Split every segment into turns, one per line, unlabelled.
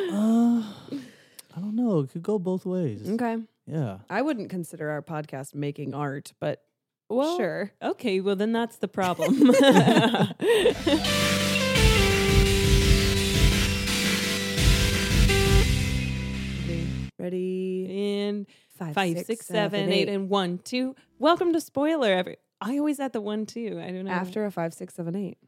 Uh, go. It could go both ways.
Mm.
Okay.
Yeah.
I wouldn't consider our podcast making art, but well,
sure. Okay, well then that's the problem.
Ready?
and
Five,
five, six, seven, eight, and one, two. Welcome to spoiler. Every I always add the one, two. I don't know.
After a five, six, seven, eight.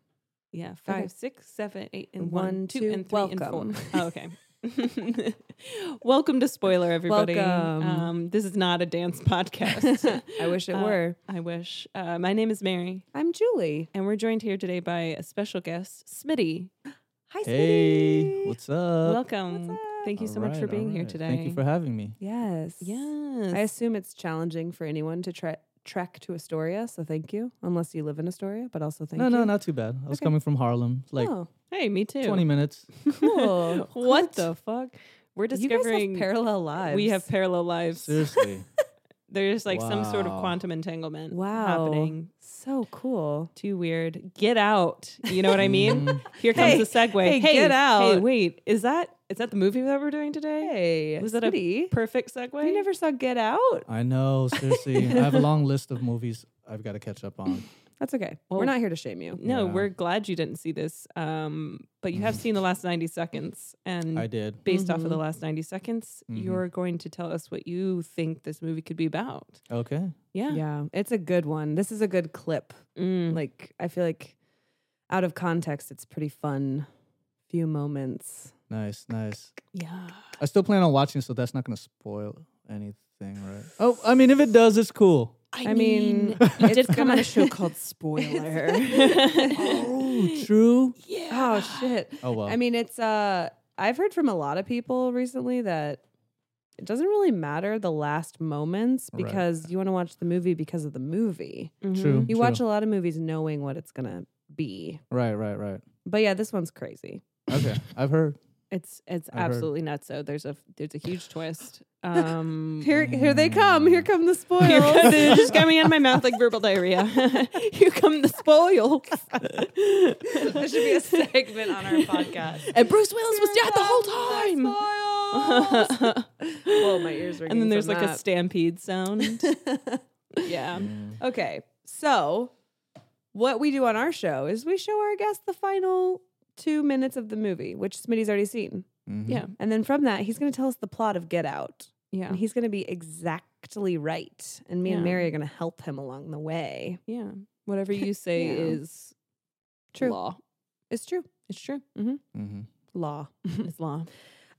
yeah, five, six, seven, eight, and one, two, and three,
welcome.
and four. Oh, okay. welcome to spoiler, everybody.
Welcome.
Um, this is not a dance podcast.
I wish it
Uh,
were.
I wish. Uh, my name is Mary,
I'm Julie.
and we're joined here today by a special guest, Smitty.
Hi,
Hey,
sweetie.
what's up?
Welcome.
What's up?
Thank you so
All
much for
right,
being
all
here
right.
today.
Thank you for having me.
Yes.
Yes.
I assume it's challenging for anyone to tre- trek to Astoria, so thank you. Unless you live in Astoria, but also thank
no,
you.
no, not too bad. I was
Okay.
coming from Harlem, like
oh,
hey, me too.
20 minutes.
cool.
What the fuck? We're
you guys
discovering
have parallel lives.
we have parallel lives.
Seriously.
There's like some sort of
Wow.
quantum entanglement
Wow.
happening.
so cool.
Too weird. Get out. You know what I mean?
Mm-hmm.
Here comes
Hey,
the segue.
hey, get
Hey,
out.
wait. Is that is that the movie that we're doing today?
Hey,
Was that a
sweetie,
perfect segue?
you never saw Get Out?
I know, seriously. I have a long list of movies I've got to catch up on.
That's okay.
Well,
We're not here to shame you.
no,
Yeah.
we're glad you didn't see this. Um, but you have seen the last 90 seconds and
I did.
based off
Mhm.
of the last 90 seconds,
Mhm.
you're going to tell us what you think this movie could be about.
Okay.
Yeah.
Yeah, it's a good one. This is a good clip.
Mm.
Like I feel like out of context, it's pretty fun. Few moments.
Nice, nice.
yeah.
I still plan on watching, so that's not going to spoil anything, right? Oh, I mean, if it does, it's cool.
I mean,
it did
it's
come on
gonna-
a show called Spoiler.
Oh, true.
yeah.
Oh shit.
Oh, well.
I mean, it's uh, I've heard from a lot of people recently that it doesn't really matter the last moments
Right.
because you want to watch the movie because of the movie.
Mm-hmm.
true.
You watch a lot of movies knowing what it's gonna be.
Right, right, right.
But yeah, this one's crazy.
Okay. I've heard.
It's it's
I heard.
absolutely nuts. So there's a there's a huge twist. Um,
Here, here
Mm.
they come. Here come the spoils.
Here comes- it's just coming out of my mouth like verbal diarrhea. here come the spoils.
This should be a segment on our podcast.
And Bruce Willis was dead the whole time.
well, my ears are.
and then there's like a stampede sound. yeah.
Okay. So, what we do on our show is we show our guest the final two minutes of the movie, which Smitty's already seen.
Mhm.
Yeah.
And then from that, he's going to tell us the plot of Get Out.
Yeah.
And he's going to be exactly right. And me and
Yeah.
Mary are going to help him along the way.
Yeah. Whatever you say
Yeah.
is
True.
law. Mm-hmm.
It's true.
It's true.
Mhm.
Law.
It's law.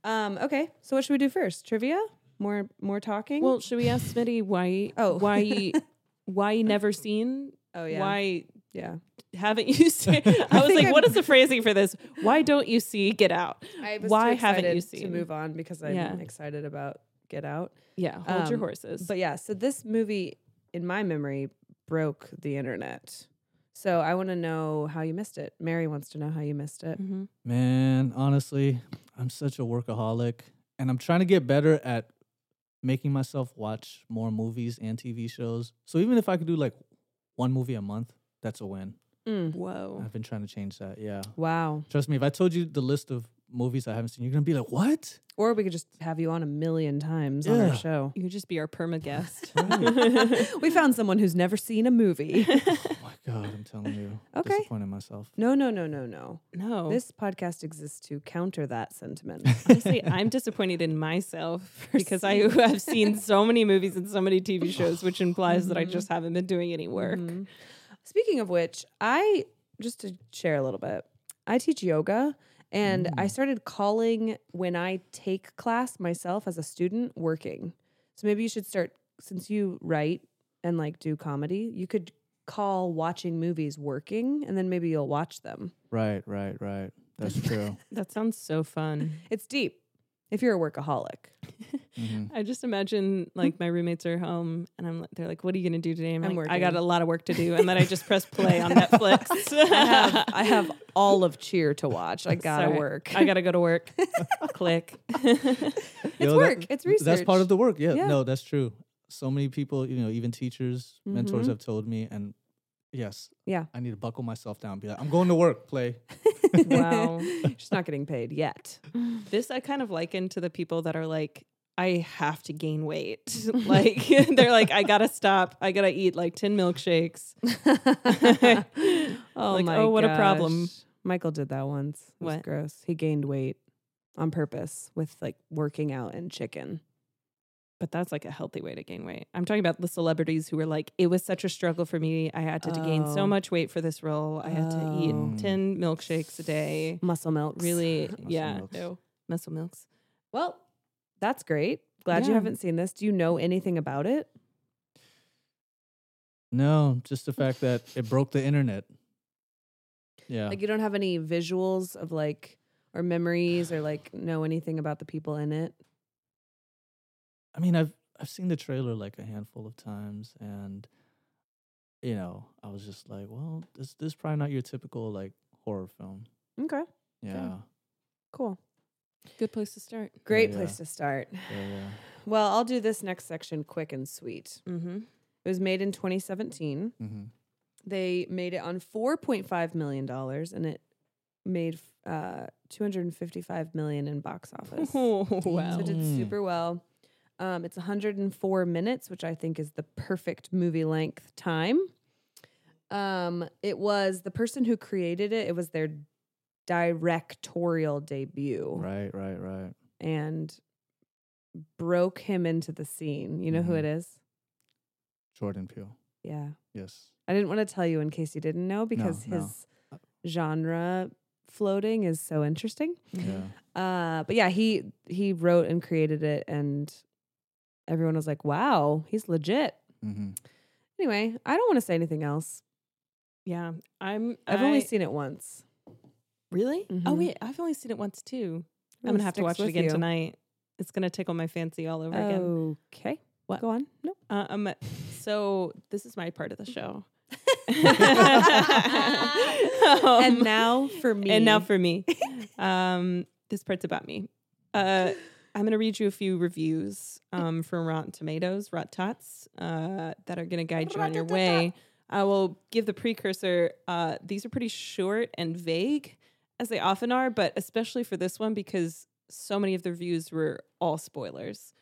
Um, okay. So, what should we do first? Trivia? More more talking?
Well, should we ask Smitty why?
Oh.
why? Why never seen?
oh, yeah.
Why
Yeah.
haven't you seen? I was
think
like,
I'm-
what is the phrasing for this? Why don't you see Get Out?
I was
Why
too
haven't you
excited
seen?
to move on because I'm
Yeah.
excited about Get Out.
Yeah, hold your
Um,
horses.
But yeah, so this movie, in my memory, broke the internet. So I want to know how you missed it. Mary wants to know how you missed it.
Mhm.
Man, honestly, I'm such a workaholic and I'm trying to get better at making myself watch more movies and TV shows. So even if I could do like one movie a month, that's a win.
Mm.
Oh.
whoa,
I've been trying to change that. Yeah.
Wow.
Trust me, if I told you the list of movies I haven't seen, you're going to be like, "What?"
Or we could just have you on a million times on
Yeah.
our show.
you could just be our perma guest.
we found someone who's never seen a movie.
Oh my god, I'm telling you.
Okay.
Disappointed myself.
No, no, no, no, no.
no,
This podcast exists to counter that sentiment.
honestly, I'm disappointed in myself because I have seen so many movies and so many TV shows, which implies that I
Mm-hmm.
just haven't been doing any work.
Mhm. Speaking of which, I just to share a little bit, I teach yoga and I
Mm.
started calling when I take class myself as a student working. So maybe you should start since you write and like do comedy, you could call watching movies working and then maybe you'll watch them.
Right, right, right. That's true.
That sounds so fun.
It's deep. If you're a workaholic.
Mhm.
I just imagine like my roommates are home and I'm like- they're like, "What are you gonna do today?" I'm,
I'm
like, "I got
working."
a lot of work to do," and then I just press play on Netflix.
I have I have all of cheer to watch. I gotta
Sorry.
work.
I gotta go to work. Click.
Yo,
it's
that-
work. it's research.
That's part of the work. Yeah.
Yeah.
No, that's true. So many people, you know, even teachers, mentors have told me, and yes,
Yeah.
I need to buckle myself down. And be like, I'm going to work. Play.
wow.
She's not getting paid yet.
This I kind of liken to the people that are like, I have to gain weight. like they're like, I gotta stop. I gotta eat like ten milkshakes.
oh
Like,
my!
oh, what a problem.
gosh. Michael did that once. It was
What?
gross. He gained weight on purpose with like working out and chicken.
But that's like a healthy way to gain weight. I'm talking about the celebrities who were like, it was such a struggle for me. I had to, gain so
Oh.
much weight for this role. I had to
Oh.
eat ten milkshakes a day.
Muscle milks.
Really,
Muscle
yeah,
milks.
no muscle milks.
Well, that's great. Glad you
Yeah.
haven't seen this. Do you know anything about it?
No, just the fact that it broke the internet. Yeah.
Like you don't have any visuals of like or memories or like know anything about the people in it.
I mean, I've I've seen the trailer like a handful of times, and you know, I was just like, well, this this is probably not your typical like horror film.
Okay,
Yeah,
cool.
Good place to start.
Great
yeah.
place to start.
yeah, yeah.
Well, I'll do this next section quick and sweet.
Mm-hmm.
It was made in 2017.
Mm-hmm.
They made it on 4.5 million dollars and it made uh 255 million in box office.
Oh
So
wow!
it did
Mm.
super well. Um, it's 104 minutes, which I think is the perfect movie length time. Um, it was the person who created it. It was their directorial debut,
Right, right, right.
and broke him into the scene. You know who
Mm-hmm.
Mhm.
it is?
Jordan Peele.
Yeah,
Yes.
I didn't want to tell you in case you didn't know because
no.
his genre floating is so interesting.
Yeah.
Uh, but yeah, he he wrote and created it, and everyone was like, "Wow, he's legit."
Mm-hmm.
Anyway, I don't want to say anything else.
Yeah, I'm.
I've
I-
only seen it once.
Really? Oh
Mhm.
wait, I've only seen it once too. I'm
Really
gonna have to
sticks
watch it
with
again
you.
tonight. It's gonna tickle my fancy all over again.
Okay,
What?
Go on. No.
Uh, Um, so this is my part of the show.
and
Um,
now for me.
and now for me, um, this part's about me. Uh, I'm gonna read you a few reviews um, from Rotten Tomatoes, Rot Tots, uh, that are gonna guide you on your way. I will give the precursor. Uh, these are pretty short and vague, as they often are, but especially for this one because so many of the reviews were all spoilers.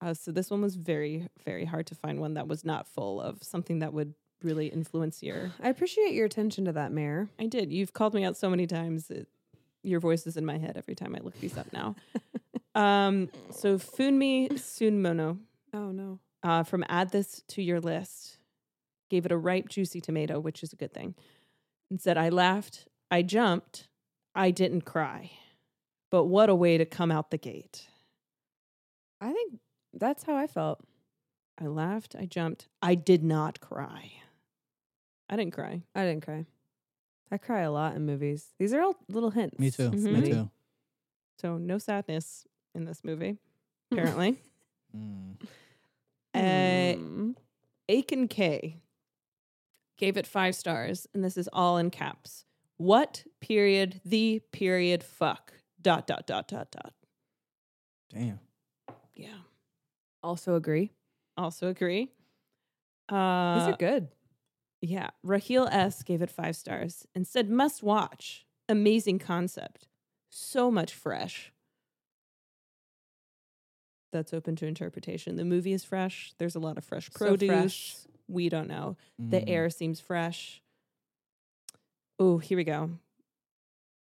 Uh, so this one was very, very hard to find one that was not full of something that would really influence your
I appreciate your attention to that, Mayor.
I did. You've called me out so many times. It, your voice is in my head every time I look these up now. um, so Funmi Sunmono
Oh no.
uh, from Add This to Your List gave it a ripe, juicy tomato, which is a good thing, and said, I laughed, I jumped, I didn't cry. But what a way to come out the gate.
I think that's how I felt.
I laughed, I jumped, I did not cry. I didn't cry.
I didn't cry. I cry a lot in movies. These are all little hints. Mm-hmm.
Me too.
Mhm.
Me too.
So no sadness in this movie, apparently.
Mm.
uh,
Mm.
Aiken K gave it five stars, and this is all in caps. What period the period fuck dot dot dot dot dot.
Damn.
Yeah.
also agree.
Also agree.
These
Uh
are good.
yeah. Raheel S gave it five stars and said must watch. Amazing concept. So much fresh. That's open to interpretation. The movie is fresh. There's a lot of fresh
So
produce.
fresh.
We don't know. The
Mm-hmm.
Mm.
air seems fresh. Oh, here we go.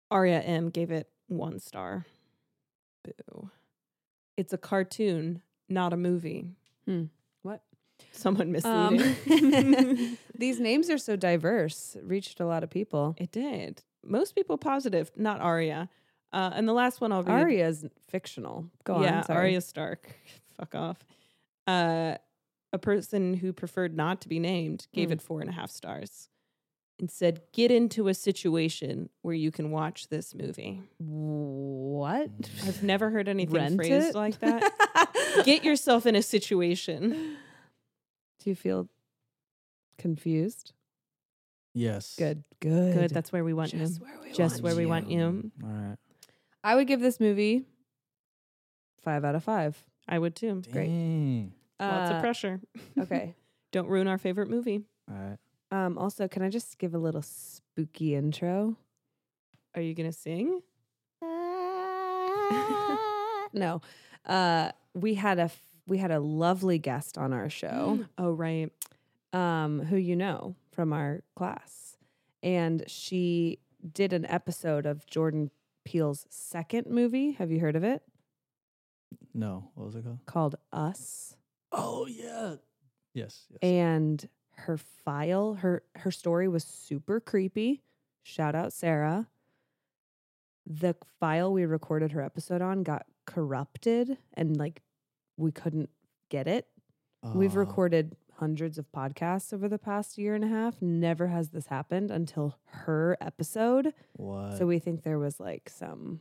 Aria M gave it one star. Boo. It's a cartoon, not a movie.
Hmm. What?
Someone
Um,
misleading.
These names are so diverse. It Reached a lot of people.
it did. Most people positive, not Aria. Uh, and the last one I'll read.
Arya's fictional. Go
yeah,
on. Sorry.
Arya Stark. Fuck off. Uh, a person who preferred not to be named gave
Mm.
it four and a half stars and said, Get into a situation where you can watch this movie.
What?
I've never heard anything
Rent
phrased
it?
like that. Get yourself in a situation.
Do you feel confused?
Yes.
Good. Good.
Good. That's where we want
just
you.
where we
Just
want
where we want
you.
you.
All right.
I would give this movie five out of five.
I would too.
Great.
Dang.
Lots
Uh,
of pressure.
okay.
Don't ruin our favorite movie.
All right.
Um, also, can I just give a little spooky intro?
Are you gonna sing?
no. Uh, we had a f- we had a lovely guest on our show.
Oh, right.
um, who you know from our class. And she did an episode of Jordan Peele's second movie. Have you heard of it?
No, what was it called?
Called Us.
Oh yeah. Yes. yes.
And her file, her her story was super creepy. Shout out Sarah. The file we recorded her episode on got corrupted and like we couldn't get it. We've
Oh,
recorded hundreds of podcasts over the past year and a half. Never has this happened until her episode.
What?
so we think there was like some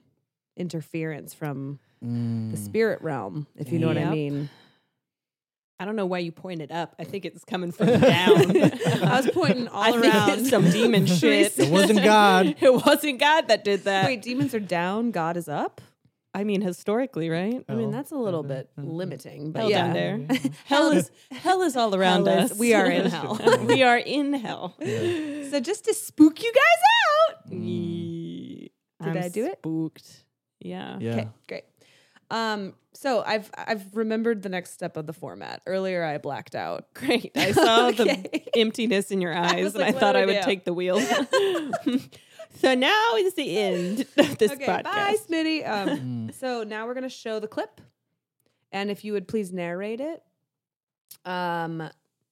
interference from the
Mm.
spirit realm, if you know what I
Yep.
mean.
I don't know why you pointed up. I think it's coming from down.
I was pointing all
I think
around.
it's some demon shit.
It wasn't God.
it wasn't God that did that.
Wait, demons are down, God is up.
I mean, historically, right?
I mean,
Hell,
that's a little
heaven,
bit
and-
limiting, but
Hell down
yeah.
there.
Yeah.
Hell is hell is all around
Hell
us.
is- we are in hell.
we are in hell.
Yeah.
So just to spook you guys out.
Did
Did I do it?
Spooked. Yeah.
Yeah.
Okay, great. Um, so I've I've remembered the next step of the format. Earlier I blacked out.
Great. I saw
Okay.
the emptiness in your eyes,
was
and
like,
I
what
thought
do
I
we
would
do?
take the wheel. so now is the end of this
okay,
podcast.
bye, Smitty. Um,
Mm.
so now we're gonna show the clip, and if you would please narrate it, um,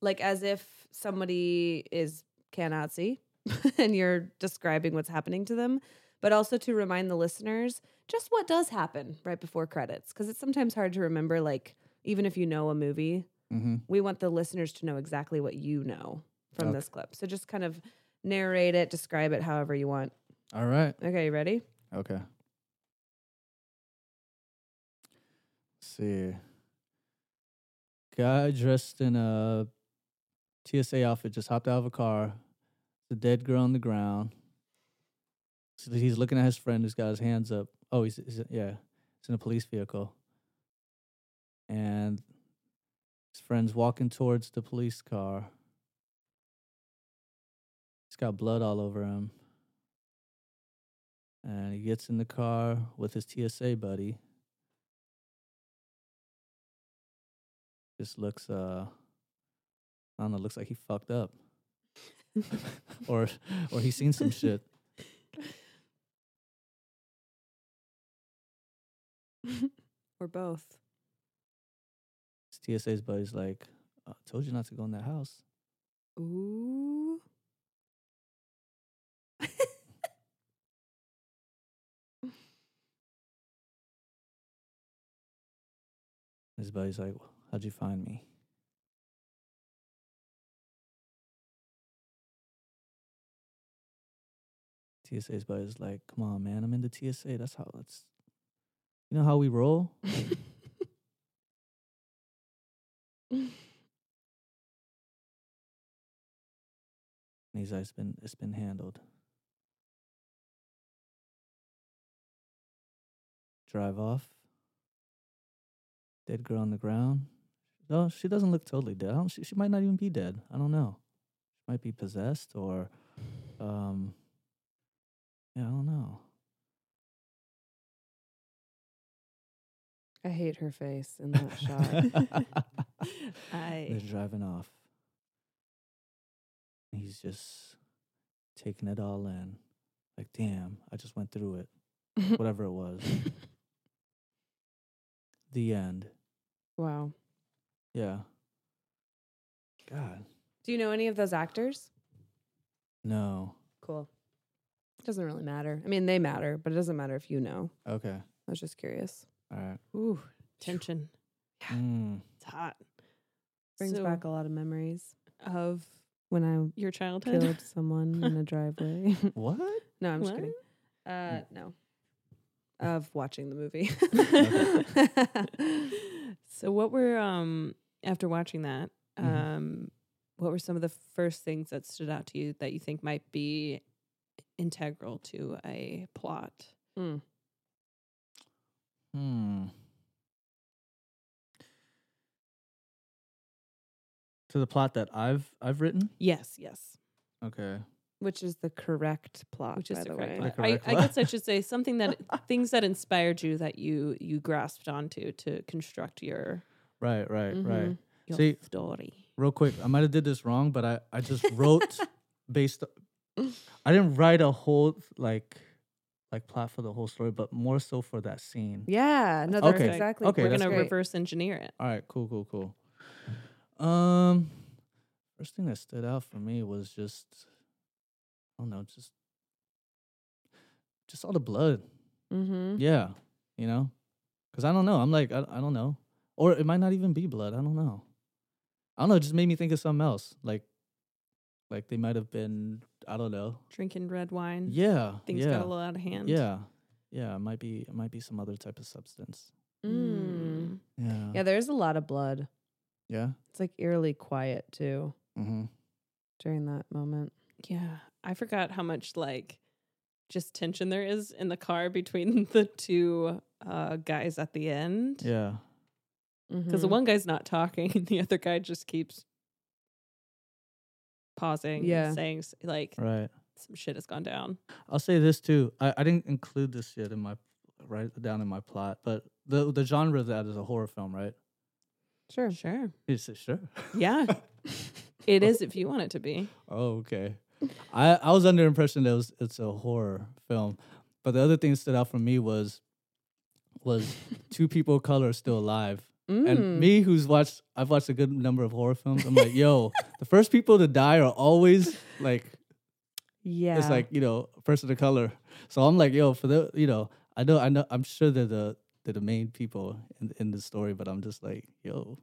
like as if somebody is cannot see, and you're describing what's happening to them, but also to remind the listeners just what does happen right before credits, because it's sometimes hard to remember. Like even if you know a movie,
Mm-hmm.
we want the listeners to know exactly what you know from
Okay.
this clip. So just kind of narrate it, describe it however you want.
All right.
Okay, you ready?
Okay. Let's see. Guy dressed in a TSA outfit just hopped out of a car. The dead girl on the ground. So he's looking at his friend who's got his hands up. Oh, he's, he's yeah, he's in a police vehicle. And his friend's walking towards the police car. He's got blood all over him and he gets in the car with his TSA buddy. Just looks, uh, I don't know, looks like he fucked up, or or he's seen some shit.
Or both.
His TSA's buddy's like, I told you not to go in that house.
Ooh.
His buddy's like, "Well, how'd you find me? TSA's buddy's like, come on, man, I'm in the TSA. That's how that's, you know how we roll. And he's like, it's been it's been handled. Drive off. Dead girl on the ground. No, she doesn't look totally dead. I don't, she, she might not even be dead. I don't know. She might be possessed or, um, yeah, I don't know.
I hate her face in that shot.
They're
I
driving off. He's just taking it all in. Like, damn, I just went through it. Whatever it was. the end.
wow.
Yeah. God.
Do you know any of those actors?
No.
Cool. Doesn't really matter. I mean, they matter, but it doesn't matter if you know.
Okay.
I was just curious.
All right.
ooh tension.
Mm.
It's hot.
Brings
So,
back a lot of memories
of
when I
your childhood.
killed someone in a driveway.
What?
no, I'm just
What?
kidding. Uh, no. Of watching the movie.
so what were um after watching that
Mhm.
um what were some of the first things that stood out to you that you think might be integral to a plot
Mm.
Hmm. To the plot that I've I've written.
yes yes
Okay.
which is the correct plot,
which is
by
the
the
correct
way.
one.
The
I,
correct
I
one.
guess I should say something that things that inspired you that you you grasped onto to construct your
Right, right, right.
Mhm. your
See-
story.
Real quick, I might have did this wrong, but I I just wrote based. I didn't write a whole like like plot for the whole story, but more so for that scene.
Yeah, no, that's
Okay.
exactly.
Okay,
We're
that's
gonna
great.
reverse engineer it.
All right, cool, cool, cool. Um, first thing that stood out for me was just, I don't know, just, just all the blood.
Mm-hmm.
Yeah, you know, because I don't know. I'm like, I, I don't know, or it might not even be blood. I don't know. I don't know. It just made me think of something else. Like, like they might have been. I don't know.
Drinking red wine.
Yeah,
Mm-hmm. Things
yeah,
got a little out of hand.
yeah, yeah. It might be, it might be some other type of substance.
Mm.
Yeah,
Yeah, there's a lot of blood.
yeah.
It's like eerily quiet too
Mm-hmm.
during that moment.
Yeah. I forgot how much like just tension there is in the car between the two uh guys at the end.
Yeah.
Because the
Mhm.
one guy's not talking and the other guy just keeps pausing and
Yeah.
saying s- like
Right.
some shit has gone down.
I'll say this too. I, I didn't include this yet in my right down in my plot, but the the genre of that is a horror film, right?
sure,
Sure.
You said sure.
Yeah. it is if you want it to be.
Oh, okay. I, I was under the impression that it was, it's a horror film, but the other thing that stood out for me was was two people of color still alive,
Mm.
and me who's watched I've watched a good number of horror films. I'm like, yo, the first people to die are always like
yeah,
it's like you know person of color so i'm like yo for the you know i know i know i'm sure they're the they're the main people in, in the story but i'm just like yo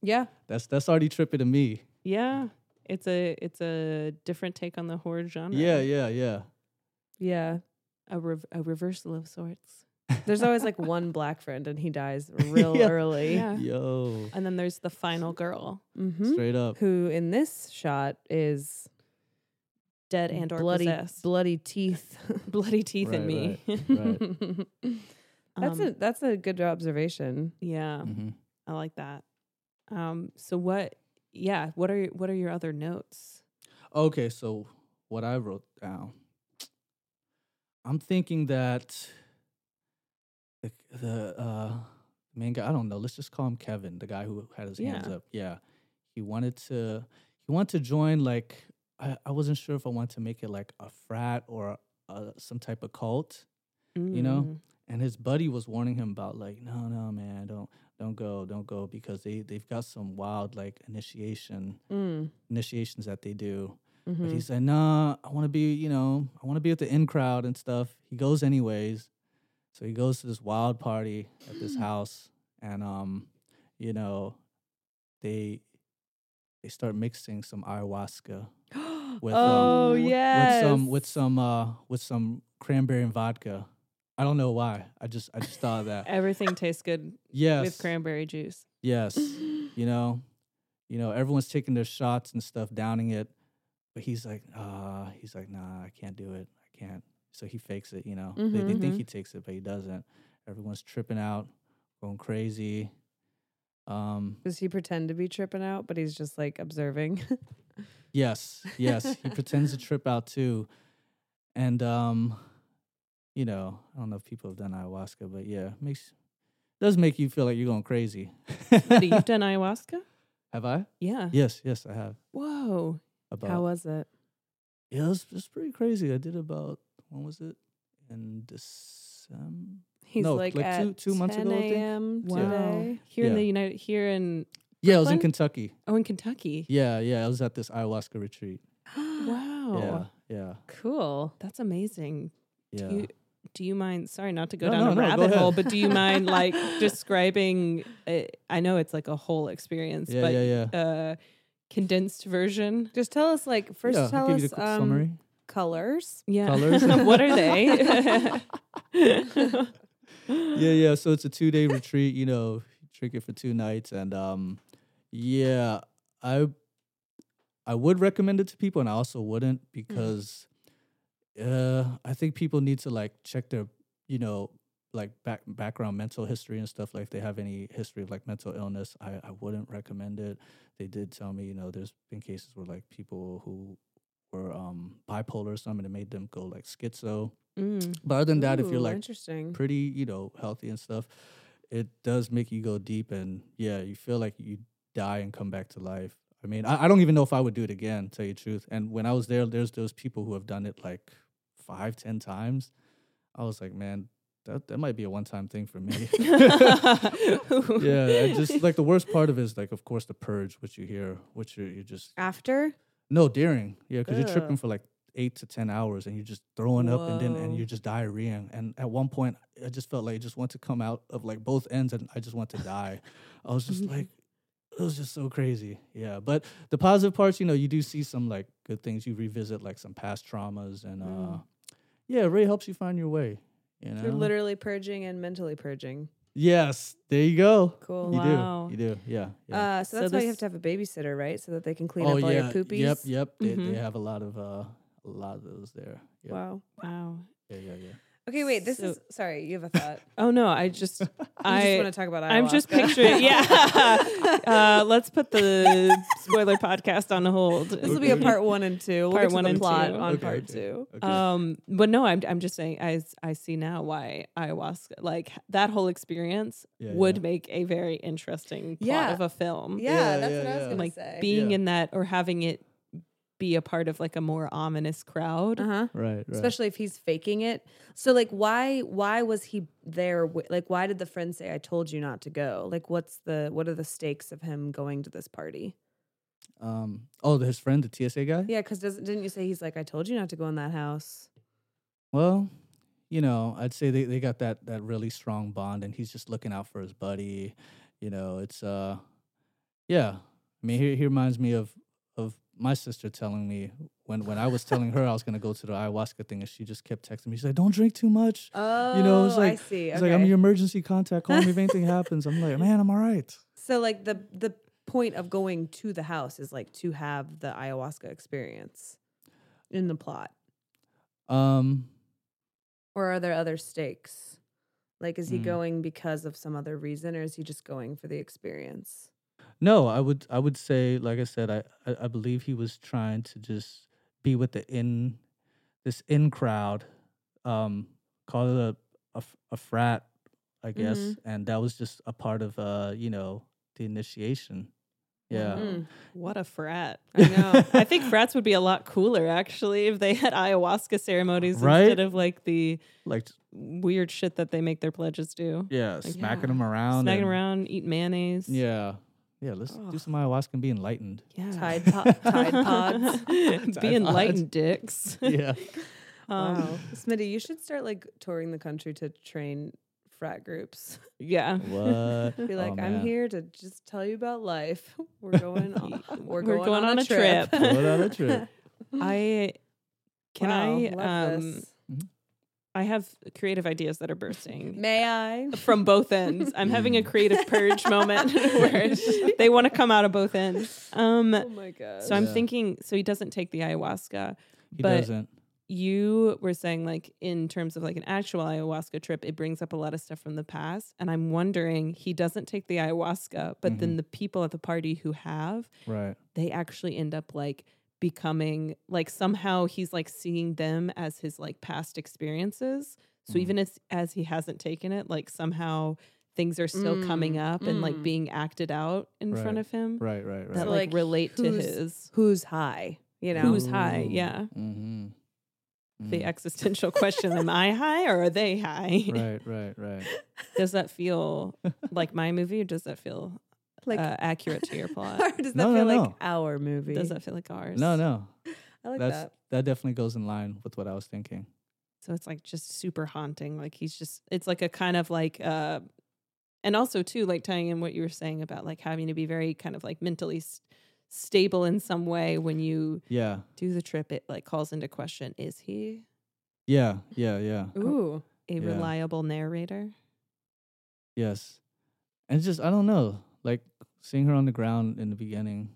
yeah,
that's that's already trippy to me
Yeah. It's a it's a different take on the horror genre.
yeah yeah yeah
yeah.
A, rev- a reversal of sorts.
There's always like one black friend, and he dies real
Yeah.
early.
Yeah.
yo
And then there's the final girl,
Mm-hmm.
straight up
Who in this shot is
dead and or
bloody,
possessed.
bloody teeth.
bloody teeth in me.
Right, right.
that's
Um,
a that's a good observation.
Yeah,
hmm
I like that. Um, so what? Yeah, what are what are your other notes?
okay so what i wrote down i'm thinking that the, the uh main guy i don't know let's just call him kevin the guy who had his hands
Yeah.
up yeah he wanted to he wanted to join like i, I wasn't sure if i wanted to make it like a frat or uh, some type of cult know?
Mm,
and his buddy was warning him about like no no man don't don't go don't go because they they've got some wild like initiation
Mm.
initiations that they do
hmm
but he said, "Nah, I want to be, you know, I want to be with the in crowd and stuff." He goes anyways, so he goes to this wild party at
Hmm.
this house, and um, you know, they they start mixing some ayahuasca with um,
oh
with
with
yes.
some with some uh with some cranberry and vodka. I don't know why. I just I just thought of that.
Everything tastes good
Yes,
with cranberry juice.
Yes. you know, you know, everyone's taking their shots and stuff, downing it. But he's like, uh, he's like, nah, I can't do it. I can't. So he fakes it, you know. They, they think
Mhm.
he takes it, but he doesn't. Everyone's tripping out, going crazy. Um,
Does he pretend to be tripping out, but he's just like observing?
Yes, yes. he pretends to trip out too. And um, you know, I don't know if people have done ayahuasca, but yeah, makes does make you feel like you're going crazy.
But you've done ayahuasca?
have I?
Yeah.
Yes, yes, I have.
Whoa.
About
How was it?
Yeah, it's it's pretty crazy. I did about when was it? In December.
He's
No,
like,
like
at
two- two months
10
ago, I think.
a.m.
Wow.
today.
Here in
Yeah.
the United here in
Yeah, it was in
Kirkland?
Kentucky.
oh in Kentucky.
Yeah, yeah, I was at this ayahuasca retreat.
Wow.
Yeah, yeah,
Cool.
That's amazing.
yeah.
Do you, do you mind? Sorry, not to go
No,
down
no, no,
a
go
rabbit
ahead.
hole, but do you mind like describing? Uh, I know it's like a whole experience,
yeah,
but
yeah, yeah.
Uh, condensed version.
Just tell us, like, first
yeah, I'll
tell
give
us
you the quick
um,
summary.
colors.
Yeah.
Colors.
what are they?
yeah, yeah. So it's a two day retreat. You know, you drink it for two nights, and um, yeah, I I would recommend it to people, and I also wouldn't because uh, I think people need to like check their you know like back background mental history and stuff like if they have any history of like mental illness I, I wouldn't recommend it they did tell me you know there's been cases where like people who were um, bipolar or something and it made them go like schizo.
Mm.
But other than that, if you're
Ooh,
like
interesting.
pretty, you know, healthy and stuff, it does make you go deep and yeah, you feel like you die and come back to life. I mean, I, I don't even know if I would do it again, tell you the truth. And when I was there, there's those people who have done it like five, ten times. I was like, man, that that might be a one time thing for me. yeah, I just like the worst part of it is like, of course, the purge, which you hear, which you're, you're just
After
no during, yeah, because you're
Ugh.
tripping for like eight to ten hours, and you're just throwing up, and then and
Whoa.
you're just diarrheaing. And at one point, I just felt like I just want to come out of like both ends, and I just want to die. I was just like, it was just so crazy, yeah. But the positive parts, you know, you do see some like good things. You revisit like some past traumas, and uh,
Mm.
yeah, it really helps you find your way. You know,
you're literally purging and mentally purging.
yes, there you go.
Cool.
You
Wow.
do, you do, yeah. yeah. Oh,
Uh, so
So
that's why you have
this-
to have a babysitter, right? So that they can clean up all your poopies.
Yep, yep. They,
Mhm.
Mm-hmm.
they have a lot of uh, a lot of those there. Yep.
Wow.
wow.
Yeah, yeah, yeah.
Okay, wait. This
So-
is sorry. You have a thought.
Oh no, I just
I
I
just want to talk about. Ayahuasca.
I'm just picturing. Yeah. uh, let's put the spoiler podcast on hold.
this will be a
Okay.
part one and two. We'll
Part
get to
one
the
and
plot
two.
on
Okay,
part
okay.
two.
Okay.
Um, but no, I'm I'm just saying I s- I see now why ayahuasca like that whole experience
Yeah,
would
yeah.
make a very interesting plot
Yeah.
of a film.
Yeah,
Yeah,
that's
yeah,
what I was
yeah.
gonna
Like
say.
being
Yeah.
in that or having it be a part of like a more ominous crowd.
uh huh.
Right, right.
especially if he's faking it. So like why why was he there wi- like why did the friend say I told you not to go? Like what's the what are the stakes of him going to this party?
um, oh, his friend, the TSA guy.
Yeah, cuz doesn't didn't you say he's like I told you not to go in that house?
Well, you know, I'd say they, they got that that really strong bond, and he's just looking out for his buddy. You know, it's uh, yeah. I mean, he he reminds me of of my sister telling me when when I was telling her I was gonna go to the ayahuasca thing, and she just kept texting me. She's like, "Don't drink too much."
Oh,
it's like-
see.
It's like, "I'm your emergency contact. Call me if anything happens." I'm like, "Man, I'm all right."
so like the the point of going to the house is like to have the ayahuasca experience in the plot.
Um,
Or are there other stakes? Like is he
Mm.
going because of some other reason or is he just going for the experience?
No, I would I would say, like I said, I, I, I believe he was trying to just be with the in this in crowd, um, call it a a, f- a frat, I guess,
Mhm.
Mm-hmm.
and that was just a part of uh, you know, the initiation. Yeah.
Mhm.
Mm.
What a frat.
I know.
I think frats would be a lot cooler actually if they had ayahuasca ceremonies
Right?
instead of like the
Like
weird shit that they make their pledges do.
yeah, smacking them around.
Snagging
and-
around, eat mayonnaise.
Yeah. Yeah, let's do
Ugh.
some ayahuasca and be enlightened.
Yeah.
Tide, po- Tide Pods.
Tide
Be enlightened, dicks.
Yeah.
Um,
wow. Smitty, you should start like touring the country to train frat groups.
Yeah.
what?
Be
Oh,
like, I'm
man.
here to just tell you about life. We're going on. We're, going, on, a trip.
Going on a trip.
I
Mm.
can
Wow,
I
love
um
this.
I have creative ideas that are bursting
May I?
from both ends. I'm having a creative purge moment where they want to come out of both ends. Um
Oh my god.
so I'm
Yeah.
thinking so he doesn't take the ayahuasca.
He
But-
doesn't.
You were saying like in terms of like an actual ayahuasca trip, it brings up a lot of stuff from the past. And I'm wondering, he doesn't take the ayahuasca, but then the people at the party who have
Right.
they actually end up like becoming like somehow he's like seeing them as his like past experiences. So
Mhm.
Mm-hmm.
even as as he hasn't taken it, like somehow things are still coming
Mm,
up and like
mm.
being acted out in front
Right,
of him
Right, right, right.
that
So,
like,
like,
relate to
who's-
his
Who's high? You know.
who's high, yeah.
Mm-hmm. Mm.
the existential question: Am I high or are they high?
right, right, right.
Does that feel like my movie? or Does that feel
like
uh, accurate to your plot?
or does that
No,
feel
no,
like
no.
our movie?
Does that feel like ours?
No, no,
I like
that's
that.
that. definitely goes in line with what I was thinking.
So it's like just super haunting. Like he's just it's like a kind of like uh and also too like tying in what you were saying about like having to be very kind of like mentally s- stable in some way when you
Yeah,
do the trip it like calls into question is he
yeah, yeah, yeah.
Ooh.
a
Yeah.
reliable narrator?
Yes, and it's just I don't know, like seeing her on the ground in the beginning,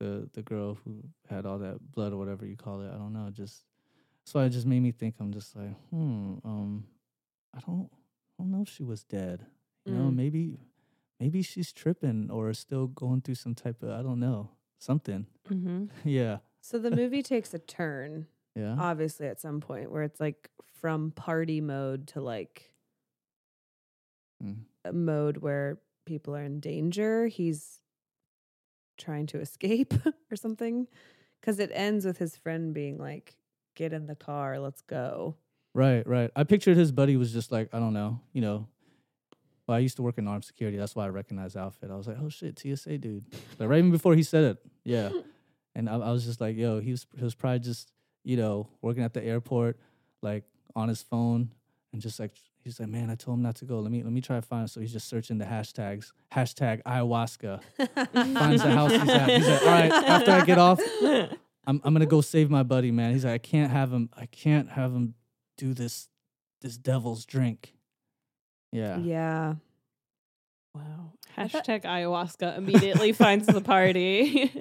the the girl who had all that blood or whatever you call it. I don't know. Just so it just made me think. I'm just like, hmm, um, I don't, I don't know if she was dead. You know,
Mm.
maybe, maybe she's tripping or still going through some type of I don't know something.
Mm-hmm.
yeah.
So the movie takes a turn,
Yeah.
obviously, at some point where it's like from party mode to like
Mm.
a mode where people are in danger. He's trying to escape or something. Cause it ends with his friend being like, get in the car, let's go.
Right, right. I pictured his buddy was just like, I don't know, you know. Well, I used to work in armed security. That's why I recognized the outfit. I was like, oh shit, TSA dude. Like right even before he said it. Yeah. And I, I was just like, yo, he was, he was probably just, you know, working at the airport, like on his phone and just like, he's like, man, I told him not to go. Let me, let me try to find him. So he's just searching the hashtags, hashtag ayahuasca. Finds the house he's at. He's like, all right, after I get off, I'm I'm gonna go save my buddy, man. He's like, I can't have him. I can't have him do this this devil's drink. Yeah.
Yeah.
Wow. Hashtag ayahuasca immediately finds the party.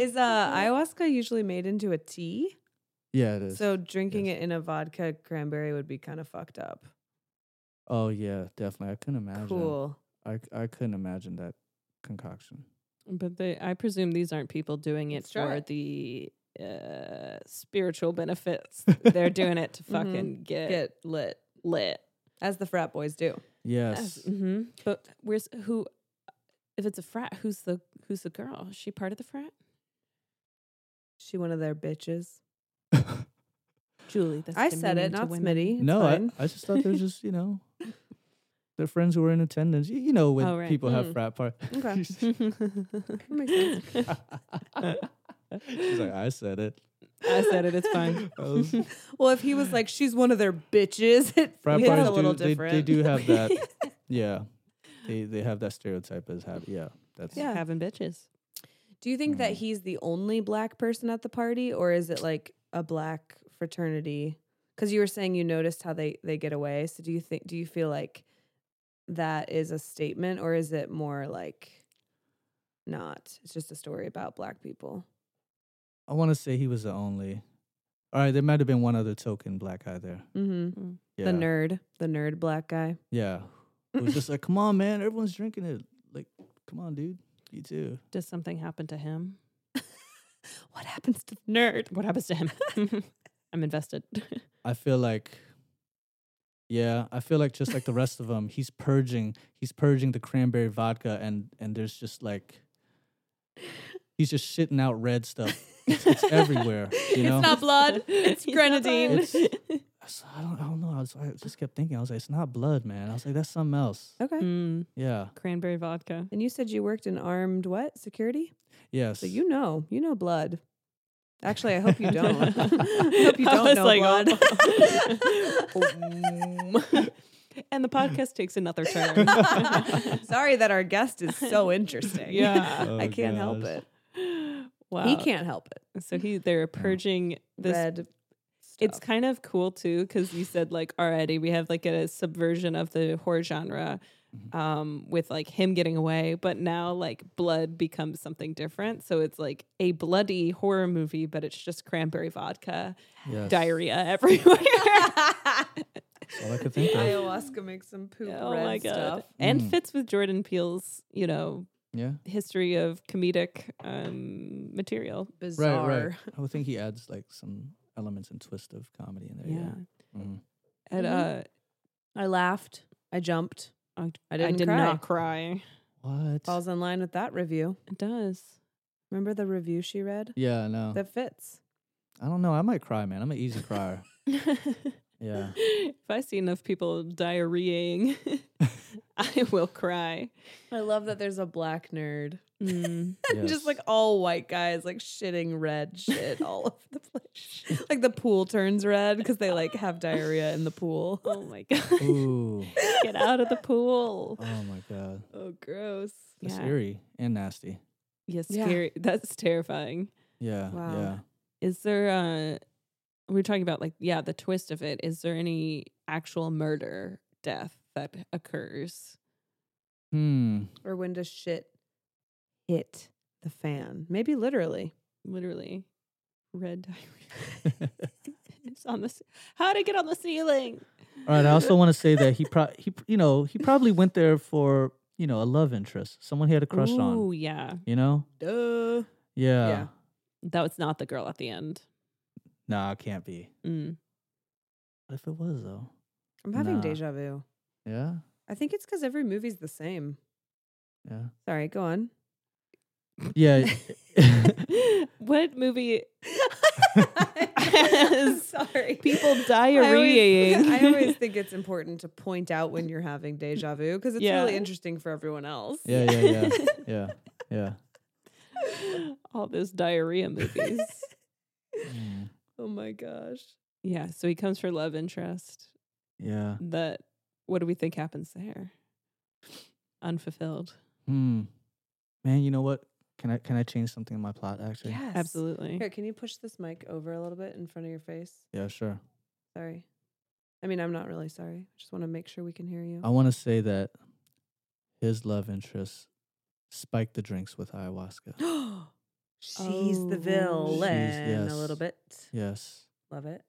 Is uh, ayahuasca usually made into a tea?
Yeah, it is.
So drinking it in a vodka cranberry would be kind of fucked up.
oh yeah, definitely. I couldn't imagine.
Cool.
I c- I couldn't imagine that concoction.
but they, I presume these aren't people doing it
Let's try
for
it.
the uh, spiritual benefits. They're doing it to fucking get,
Mm-hmm. Get lit,
lit.
as the frat boys do.
Yes.
hmm But where's who? If it's a frat, who's the who's the girl? Is she part of the frat?
She one of their bitches.
Julie. That's
I said it, not Smitty. It's
no, I,
fine.
I just thought they were just you know, their friends who were in attendance. You, you know when
Oh, right.
people have
Mm.
frat parties.
Okay.
Smitty.
makes sense.
She's like, I said it.
I said it. It's fine.
I was-
Well, if he was like, she's one of their bitches, it
frat
hits
parties
a little
do, they,
different.
they do have that yeah they they have that stereotype as have yeah that's
Yeah.
having bitches.
Do you think that
Mm.
he's the only black person at the party, or is it like a black fraternity? Because you were saying you noticed how they they get away. So do you think? Do you feel like that is a statement, or is it more like not? It's just a story about black people.
i want to say he was the only all right there might have been one other token black guy there
Mm-hmm.
yeah
The nerd, the nerd black guy.
yeah it was just like come on man everyone's drinking it like come on dude you too
Does something happen to him?
What happens to the nerd?
What happens to him? I'm invested.
i feel like yeah i feel like just like the rest of them he's purging he's purging the cranberry vodka and and there's just like he's just shitting out red stuff it's, it's everywhere you know
It's not blood. It's
He's not
grenadine.
fine.
It's- I s- I don't, I don't know. I, was, I just kept thinking. I was like, it's not blood, man. I was like, that's something else.
Okay.
Mm,
Yeah,
cranberry vodka.
And you said you worked in armed what security?
yes.
So you know, you know blood. Actually, I hope you don't. I hope you don't know blood.
blood. and the podcast takes another turn.
Sorry that our guest is so interesting.
yeah.
I
Oh,
can't help
gosh. Uh,
it.
Wow.
He can't help it.
So he they're purging this
Red.
It's
stuff.
kind of cool too because you said like already we have like a subversion of the horror genre
Mm-hmm.
um, with like him getting away, but now like blood becomes something different. So it's like a bloody horror movie, but it's just cranberry vodka,
Yes.
diarrhea everywhere.
That's all I could think of.
ayahuasca makes some poop
oh
red
my god!
stuff.
And
Mm.
fits with Jordan Peele's you know
Yeah.
history of comedic um, material.
Right,
Bizarre.
right. I would think he adds like some elements and twist of comedy in there. Yeah. Mhm.
and
Mhm.
uh,
I laughed. I jumped.
I,
I
I,
didn't
did
cry.
not cry.
Mm. What?
Falls in line with that review.
It does.
Remember the review she read?
Yeah, no.
That fits.
I don't know. I might cry, man. I'm an easy crier. yeah.
if I see enough people diarrheaing, I will cry.
I love that there's a black nerd.
yes.
Mm.
Just like all white guys, like shitting red shit all over the place. like the pool turns red because they like have diarrhea in the pool.
Oh my god!
Ooh.
Get out of the pool.
Oh my god.
Oh, gross.
That's
Yeah.
eerie and nasty.
Yes,
Yeah.
scary. That's terrifying.
Yeah.
Wow.
Yeah.
Is there? uh We were talking about like yeah, the twist of it. Is there any actual murder death that occurs?
Hmm.
Or when does shit hit the fan? Maybe literally.
Literally, red diarrhea. it's on the. ce- How did it get on the ceiling?
All right. I also want to say that he pro- he pr- you know he probably went there for you know a love interest, someone he had a crush on.
Ooh, yeah.
You know.
Duh.
Yeah.
Yeah.
That was not the girl at the end.
Nah, it can't be.
Mm.
What if it was though?
I'm having
Nah.
deja vu.
Yeah.
I think it's because every movie's the same.
Yeah.
Sorry, go on.
Yeah.
what movie
I'm sorry.
people
I always-
diarrheaing?
I always, think it's important to point out when you're having deja vu because it's
Yeah.
really interesting for everyone else.
yeah. Yeah. Yeah. Yeah. Yeah.
all those diarrhea movies.
Mm.
Oh my gosh.
yeah, so he comes for love interest.
Yeah.
That what do we think happens there? Unfulfilled.
Hmm. Man, you know what? Can I can I change something in my plot actually?
Yes.
Absolutely.
Here, can you push this mic over a little bit in front of your face?
Yeah, sure.
Sorry. I mean, I'm not really sorry. Just want to make sure we can hear you.
I want to say that his love interest spiked the drinks with ayahuasca.
She's
Oh.
the
She's-
villain a little
yes.
bit.
yes.
Love it.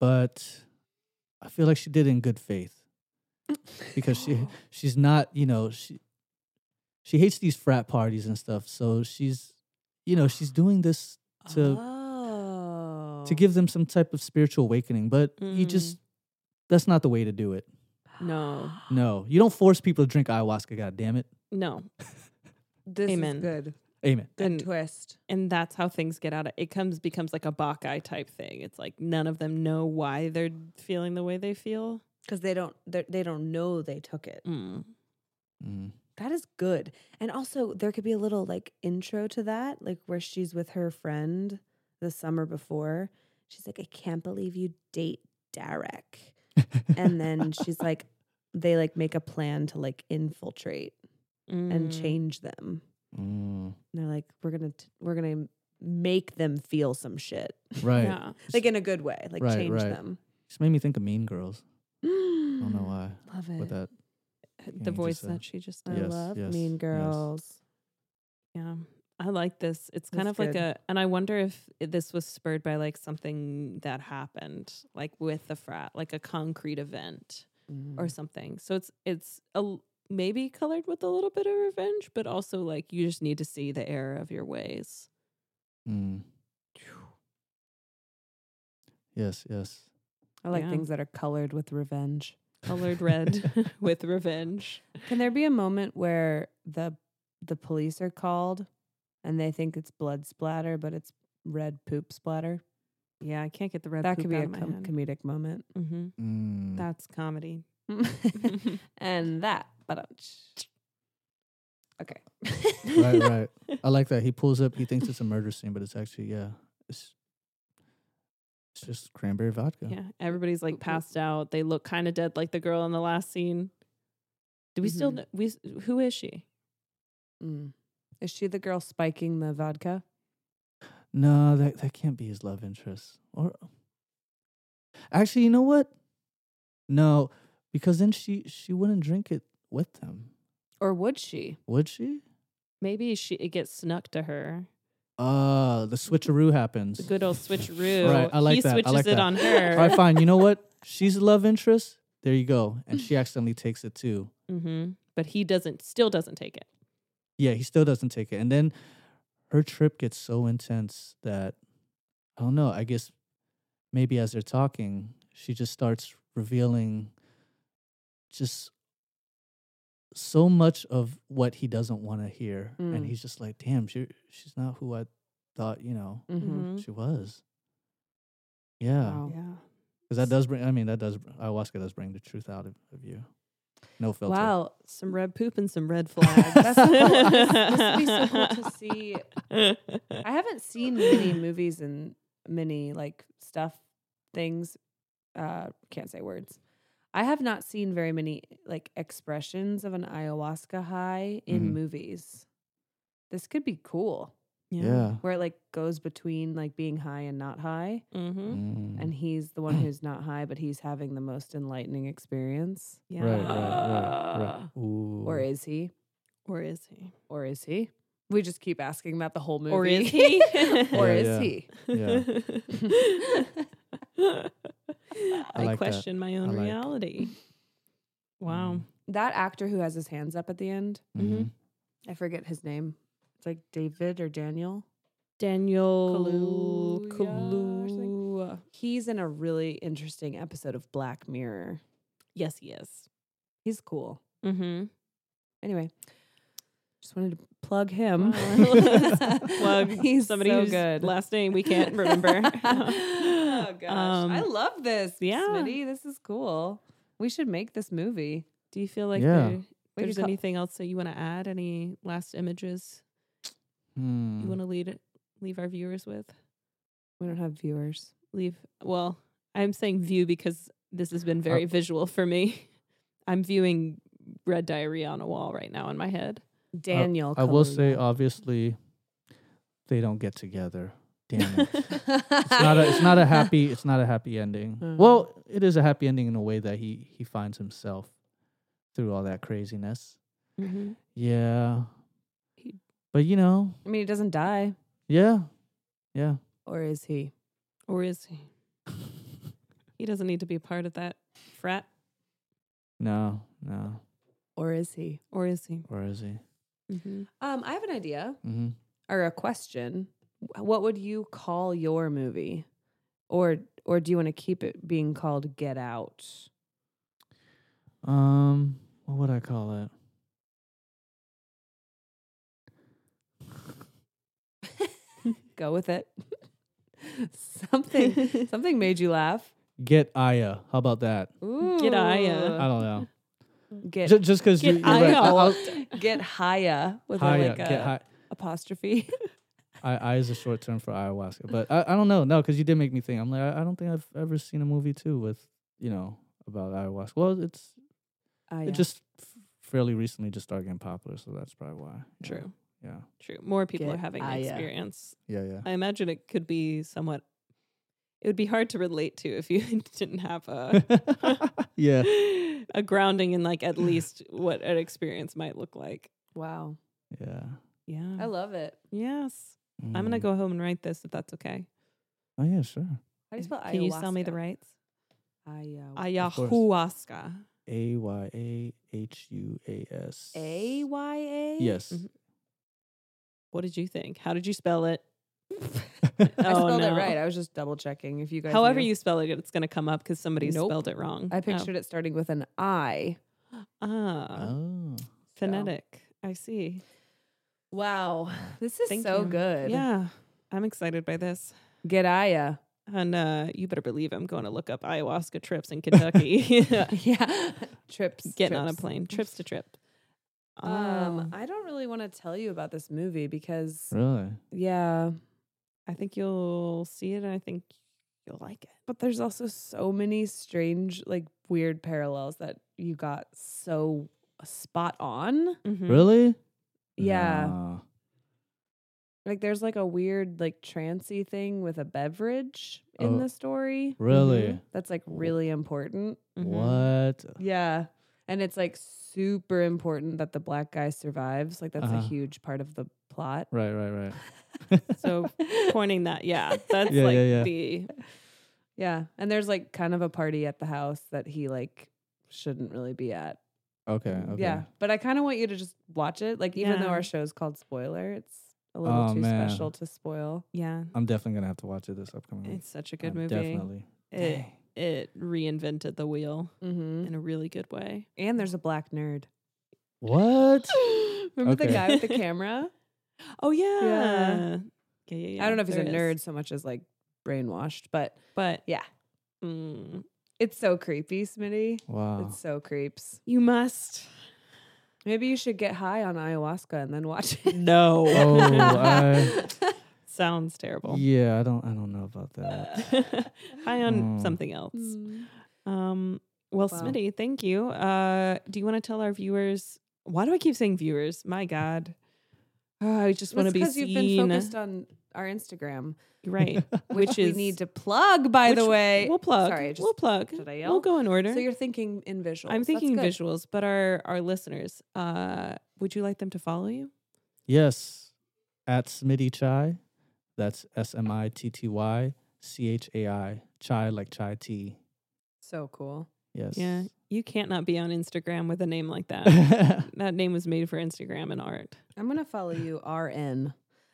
But I feel like she did in good faith because she she's not, you know, she she hates these frat parties and stuff. So she's you know, she's doing this to
oh.
to give them some type of spiritual awakening, but
Mm-hmm.
you just that's not the way to do it.
No.
Oh,
No. You don't force people to drink ayahuasca, god damn it.
No.
this
Amen.
is good.
Amen.
Good
And-
twist.
And that's how things get out of it comes becomes like a Bacchae type thing. It's like none of them know why they're feeling the way they feel.
Because they don't they're- they don't know they took it.
Mm.
Mm.
That is good. And also there could be a little like intro to that, like where she's with her friend the summer before. She's like, I can't believe you date Derek. And then she's like, they like make a plan to like infiltrate and
Mm.
change them.
Mm.
And they're like, we're gonna t- we're gonna make them feel some shit.
Right.
Yeah.
Like in a good way. Like
Right,
change
right.
them.
Just made me think of Mean Girls. I don't know why.
Love it.
With that.
Mm-hmm.
you
Uh, the
just
voice
said.
that she just
I
did.
Yes,
love
yes,
mean
yes.
girls.
Yeah. I like this. It's kind
That's
of like
good.
a, and I wonder if i- this was spurred by like something that happened, like with the frat, like a concrete event
Mm.
or something. So it's, it's a, l- maybe colored with a little bit of revenge, but also like you just need to see the error of your ways.
Mm. Yes, yes.
I like
Yeah.
things that are colored with revenge.
Colored red with revenge.
Can there be a moment where the the police are called and they think it's blood splatter, but it's red poop splatter?
Yeah. I can't get the red.
That could
poop
be
out
a
of my
com-
head.
comedic moment.
Mhm.
Mm.
That's comedy.
and that, but okay.
right, right. I like that. He pulls up. He thinks it's a murder scene, but it's actually yeah. It's it's just cranberry vodka.
Yeah, everybody's
Oop,
like
oop.
passed out. They look kind of dead, like the girl in the last scene. Do we still
Mm-hmm.
Mhm.
know, we? s- Who is she?
Mm. Is she the girl spiking the vodka?
No, that that can't be his love interest. Or actually, you know what? No, because then she she wouldn't drink it with them,
Or would she?
would she?
Maybe she it gets snuck to her.
Uh, the switcheroo happens.
The good old switcheroo.
Right, I like
he
that, I
switches
like
it
that.
on
All
her.
right, fine. You know what? She's a love interest. There you go. And she accidentally takes it too.
hmm But he doesn't. Still doesn't take it.
Yeah, he still doesn't take it. And then her trip gets so intense that I don't know. I guess maybe as they're talking, she just starts revealing just so much of what he doesn't want to hear.
Mm.
And he's just like, damn, she, she's not who I thought, you know,
Mm-hmm.
Mm-hmm.
she was. Yeah.
Wow.
Yeah.
Because that does bring, I mean, that does, ayahuasca does bring the truth out of, of you. No filter.
Wow.
Some red poop and some red flags.
That's so cool. This must be so cool to see. I haven't seen many movies and many like stuff things. Uh, can't say words. I have not seen very many like expressions of an ayahuasca high in
Mhm.
movies. This could be cool,
Yeah.
where it like goes between like being high and not high,
Mm-hmm.
Mm.
and he's the one who's not high, but he's having the most enlightening experience.
Yeah.
Right, right, right, right. Ooh.
Or is he?
Or is he?
Or is he? We just keep asking that the whole movie.
Or is he?
or
Yeah,
is
yeah.
he?
Yeah.
I,
like that.
question my own
I like.
reality. Wow.
That actor who has his hands up at the end,
Mhm.
I forget his name. It's like David or Daniel.
Daniel
Kaluuya or something.
Kaluuya.
He's in a really interesting episode of Black Mirror.
Yes, he is.
He's cool.
Mm-hmm.
Anyway, just wanted to plug him.
Wow. Plug
He's
somebody
so
whose
good.
last name we can't remember.
oh gosh, I
Um,
love this.
yeah.
Smitty, this is cool. We should make this movie.
Do you feel like
Yeah.
there-
We
there's
could call-
anything else that you want to add? Any last images you
Hmm.
want to lead leave our viewers with?
We don't have viewers.
Leave. Well, I'm saying view because this has been very visual for me. I'm viewing red diarrhea on a wall right now in my head.
Daniel.
I will say,
Kaluuya.
obviously, they don't get together. Damn it. it's not a it's not a happy it's not a happy ending.
Mm.
Well, it is a happy ending in a way that he he finds himself through all that craziness.
Mm-hmm.
Yeah.
He-
But you know,
I mean, he doesn't die,
yeah. Yeah.
or is he?
Or is he? He doesn't need to be a part of that frat.
No, no.
Or is he?
Or is he?
Where is he?
Mm-hmm.
Um, I have an idea
hmm
or a question. Wh- What would you call your movie, or or do you want to keep it being called Get Out?
Um, what would I call it?
Go with it. something something made you laugh.
Get Aya. How about that?
Ooh.
Get Aya.
I don't know.
Get
Uh, Ju- just because
Get
you, are right.
Aya.
I- I'll-
get higher with a,
Aya.
like a
get hi-
apostrophe.
I, I is a short term for ayahuasca, but I, I don't know. No, because you did make me think. I'm like, I, I don't think I've ever seen a movie too with you know about ayahuasca. Well, it's
Aya.
it just f- fairly recently just started getting popular, so that's probably why. Yeah.
True.
Yeah.
True. More people
Get
are having the
Aya.
experience.
Yeah. Yeah.
I imagine it could be somewhat. It would be hard to relate to if you didn't have a
yeah.
a grounding in like at least what an experience might look like.
wow,
Yeah.
Yeah.
I love it.
yes. I'm gonna
Mm.
go home and write this if that's okay.
Oh yeah, sure.
How do you spell
Can you sell me the rights?
Ayahuasca.
Ayahuasca.
A y a h u a s.
A Y A.
Yes.
Mhm. What did you think? How did you spell it?
I
Oh,
spelled it
no.
right. I was just double checking if you guys.
However
knew.
you spell it, it's gonna come up because somebody
Nope.
spelled it wrong.
I pictured it starting with an I.
Oh. Ah,
Oh.
phonetic. I see.
Wow, this is
Thank
so
you.
good.
Yeah, I'm excited by this.
Get Aya.
And uh, you better believe I'm going to look up ayahuasca trips in Kentucky.
yeah, trips.
Getting on a
trips.
plane, trips to trip.
Um,
Oh,
I don't really want to tell you about this movie because
Really?
yeah,
I think you'll see it, and I think you'll like it.
but there's also so many strange, like weird parallels that you got so spot on.
Mm-hmm.
Really?
Yeah.
Nah.
Like there's like a weird, like trancy thing with a beverage in
Oh.
the story
Really?
that's like really important.
Mhm.
What?
Yeah. And it's like super important that the black guy survives. Like that's a
Uh-huh.
huge part of the plot.
Right. Right. Right.
So pointing that, yeah, that's
Yeah,
like
yeah, yeah.
the
Yeah. And there's like kind of a party at the house that he like shouldn't really be at.
okay.
Mm,
Okay.
Yeah. But I kind of want you to just watch it. Like, even though
Yeah.
our show's called Spoiler, it's a little
Oh,
too
man.
special to spoil.
yeah.
I'm definitely gonna have to watch it this upcoming week.
It's such a good
I'm
movie.
Definitely.
It it reinvented the wheel
Mm-hmm.
in a really good way.
And there's a black nerd.
What?
Remember the
Okay.
guy with the camera?
Oh
Yeah.
yeah, yeah, yeah. yeah,
I don't know if he's a
there
nerd
is.
so much as like brainwashed, but
but
yeah.
Mm,
It's so creepy, Smitty.
Wow.
It's so creeps.
you must.
Maybe you should get high on ayahuasca and then watch it.
No.
Oh,
Mm.
I,
Sounds terrible.
yeah. I don't. I don't know about that.
High on
Mm.
something else.
Mm.
Um, well,
Wow.
Smitty, thank you. Uh, do you want to tell our viewers? Why do I keep saying viewers? My God, Oh, I just want to
That's
be
because
seen.
you've been focused on our Instagram,
right,
which
which
we
is
need to plug, by the
which
way.
We'll plug.
Sorry, I just,
we'll plug.
did I yell?
We'll go in order.
so you're thinking in visuals.
I'm
That's
thinking
good.
visuals, but our our listeners, uh, would you like them to follow you?
Yes. At Smitty Chai. That's S M I T T Y C H A I. Chai like chai tea.
So cool.
Yes.
Yeah, You can't not be on Instagram with a name like that.
yeah,
that name was made for Instagram and art.
I'm gonna follow you RN.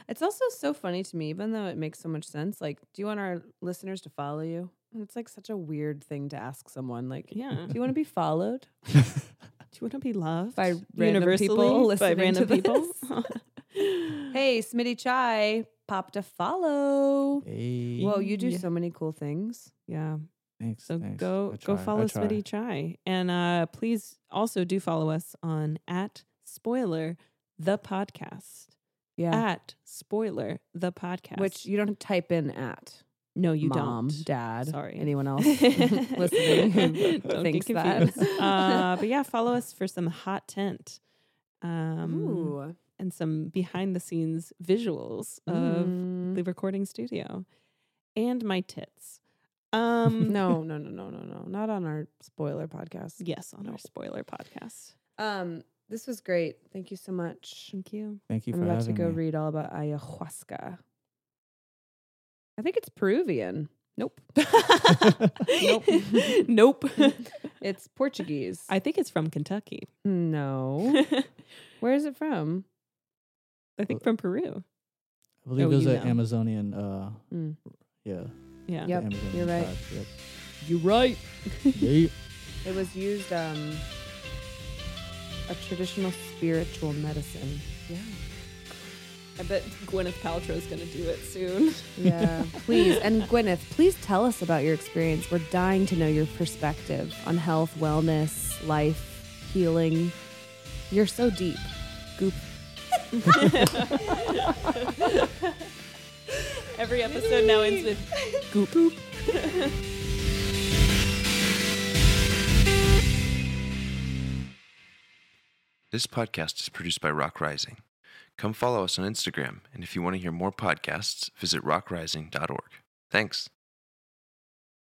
It's also so funny to me, even though it makes so much sense. Like, do you want our listeners to follow you? And it's like such a weird thing to ask someone. Like,
Yeah.
do you want to be followed
Do you want to be loved
by random
universally
people
by
listening
random
to
people?
this? hey, Smitty Chai popped a follow.
hey,
Whoa, you do
Yeah.
so many cool things.
yeah.
thanks,
So
thanks.
go
I try,
go
I
follow
try.
Smitty Chai, and uh, please also do follow us on at spoiler the podcast
Yeah,
at spoiler the podcast.
which you don't type in at
no, you
mom,
don't.
dad,
Sorry.
anyone else listening who
Don't
thinks
get
that.
confused. uh, but yeah, follow us for some hot tent. Um,
Ooh.
and some behind the scenes visuals
Mm.
of the recording studio and my tits. Um,
no, no, no, no, no, no. Not on our spoiler podcast.
Yes, on
No.
our spoiler podcast.
Um, this was great. Thank you so much.
Thank you.
Thank you
I'm
for
about to
having
go
me.
read all about ayahuasca. I think it's Peruvian. Nope.
nope.
It's Portuguese.
I think it's from Kentucky.
no.
I
Where is it from?
think from Peru.
I believe
Oh,
it was
you
an
know.
Amazonian. Uh,
Mm.
yeah,
Yep,
Yeah.
the Amazonian
you're right.
tribe, yep.
You're right.
Yeet.
It was used um a traditional spiritual medicine.
Yeah. I bet Gwyneth Paltrow's going to do it soon.
Yeah, please. And Gwyneth, please tell us about your experience. We're dying to know your perspective on health, wellness, life, healing. You're so deep. Goop.
Every episode now ends with goop goop.
This podcast is produced by Rock Rising. Come follow us on Instagram, and if you want to hear more podcasts, visit rockrising.org. Thanks.